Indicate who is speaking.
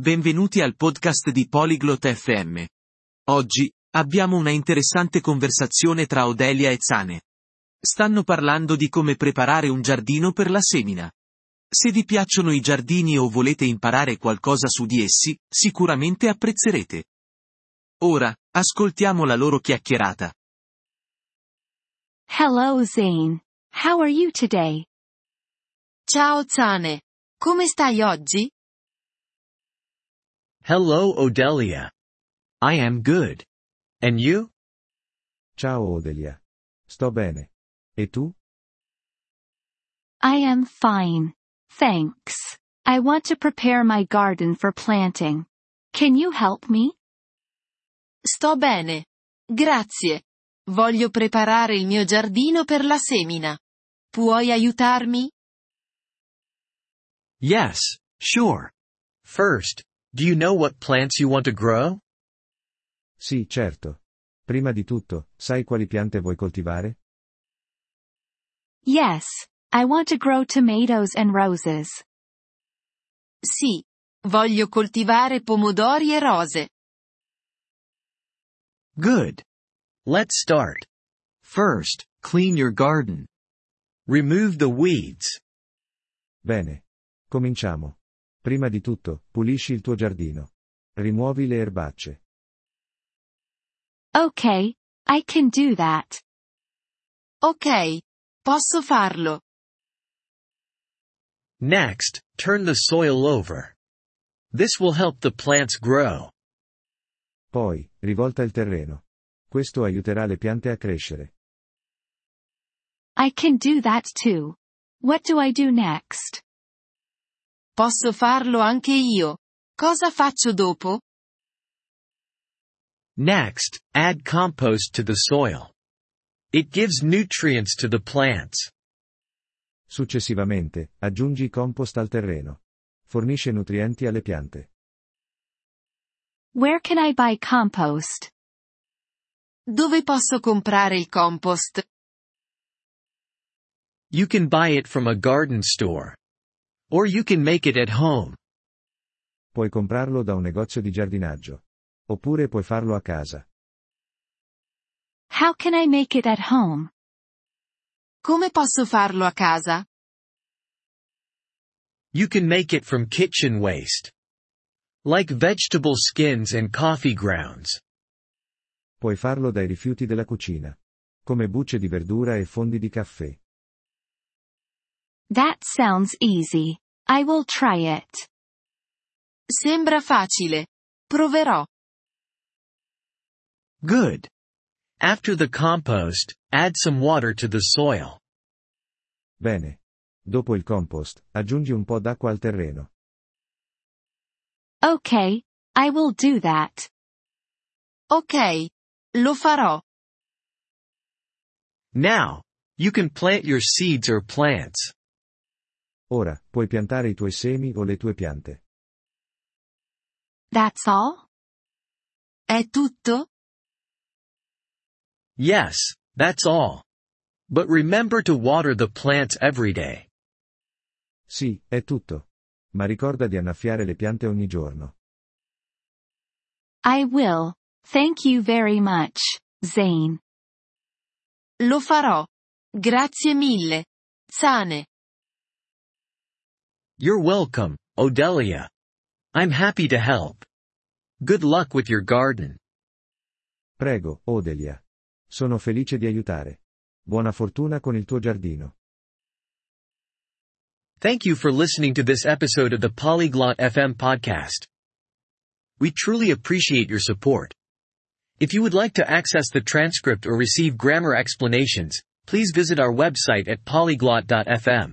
Speaker 1: Benvenuti al podcast di Polyglot FM. Oggi, abbiamo una interessante conversazione tra Odelia e Zane. Stanno parlando di come preparare un giardino per la semina. Se vi piacciono i giardini o volete imparare qualcosa su di essi, sicuramente apprezzerete. Ora, ascoltiamo la loro chiacchierata.
Speaker 2: Hello Zane. How are you today?
Speaker 3: Ciao Zane. Come stai oggi?
Speaker 4: Hello, Odelia. I am good. And you?
Speaker 5: Ciao Odelia. Sto bene. E tu?
Speaker 2: I am fine. Thanks. I want to prepare my garden for planting. Can you help me?
Speaker 3: Sto bene. Grazie. Voglio preparare il mio giardino per la semina. Puoi aiutarmi?
Speaker 4: Yes, sure. First, do you know what plants you want to grow?
Speaker 5: Sì, certo. Prima di tutto, sai quali piante vuoi coltivare?
Speaker 2: Yes. I want to grow tomatoes and roses.
Speaker 3: Sì. Voglio coltivare pomodori e rose.
Speaker 4: Good. Let's start. First, clean your garden. Remove the weeds.
Speaker 5: Bene. Cominciamo. Prima di tutto, pulisci il tuo giardino. Rimuovi le erbacce.
Speaker 2: Okay. I can do that.
Speaker 3: Ok. Posso farlo.
Speaker 4: Next, turn the soil over. This will help the plants grow.
Speaker 5: Poi, rivolta il terreno. Questo aiuterà le piante a crescere.
Speaker 2: I can do that too. What do I do next?
Speaker 3: Posso farlo anche io. Cosa faccio dopo?
Speaker 4: Next, add compost to the soil. It gives nutrients to the plants.
Speaker 5: Successivamente, aggiungi compost al terreno. Fornisce nutrienti alle piante.
Speaker 2: Where can I buy compost?
Speaker 3: Dove posso comprare il compost?
Speaker 4: You can buy it from a garden store. Or you can make it at home.
Speaker 5: Puoi comprarlo da un negozio di giardinaggio. Oppure puoi farlo a casa.
Speaker 2: How can I make it at home?
Speaker 3: Come posso farlo a casa?
Speaker 4: You can make it from kitchen waste. Like vegetable skins and coffee grounds.
Speaker 5: Puoi farlo dai rifiuti della cucina. Come bucce di verdura e fondi di caffè.
Speaker 2: That sounds easy. I will try it.
Speaker 3: Sembra facile. Proverò.
Speaker 4: Good. After the compost, add some water to the soil.
Speaker 5: Bene. Dopo il compost, aggiungi un po' d'acqua al terreno.
Speaker 2: Okay. I will do that.
Speaker 3: Ok. Lo farò.
Speaker 4: Now, you can plant your seeds or plants.
Speaker 5: Ora, puoi piantare i tuoi semi o le tue piante.
Speaker 2: That's all?
Speaker 3: È tutto?
Speaker 4: Yes, that's all. But remember to water the plants every day.
Speaker 5: Sì, è tutto. Ma ricorda di annaffiare le piante ogni giorno.
Speaker 2: I will. Thank you very much, Zane.
Speaker 3: Lo farò. Grazie mille. Sane.
Speaker 4: You're welcome, Odelia. I'm happy to help. Good luck with your garden.
Speaker 5: Prego, Odelia. Sono felice di aiutare. Buona fortuna con il tuo giardino.
Speaker 4: Thank you for listening to this episode of the Polyglot FM podcast. We truly appreciate your support. If you would like to access the transcript or receive grammar explanations, please visit our website at polyglot.fm.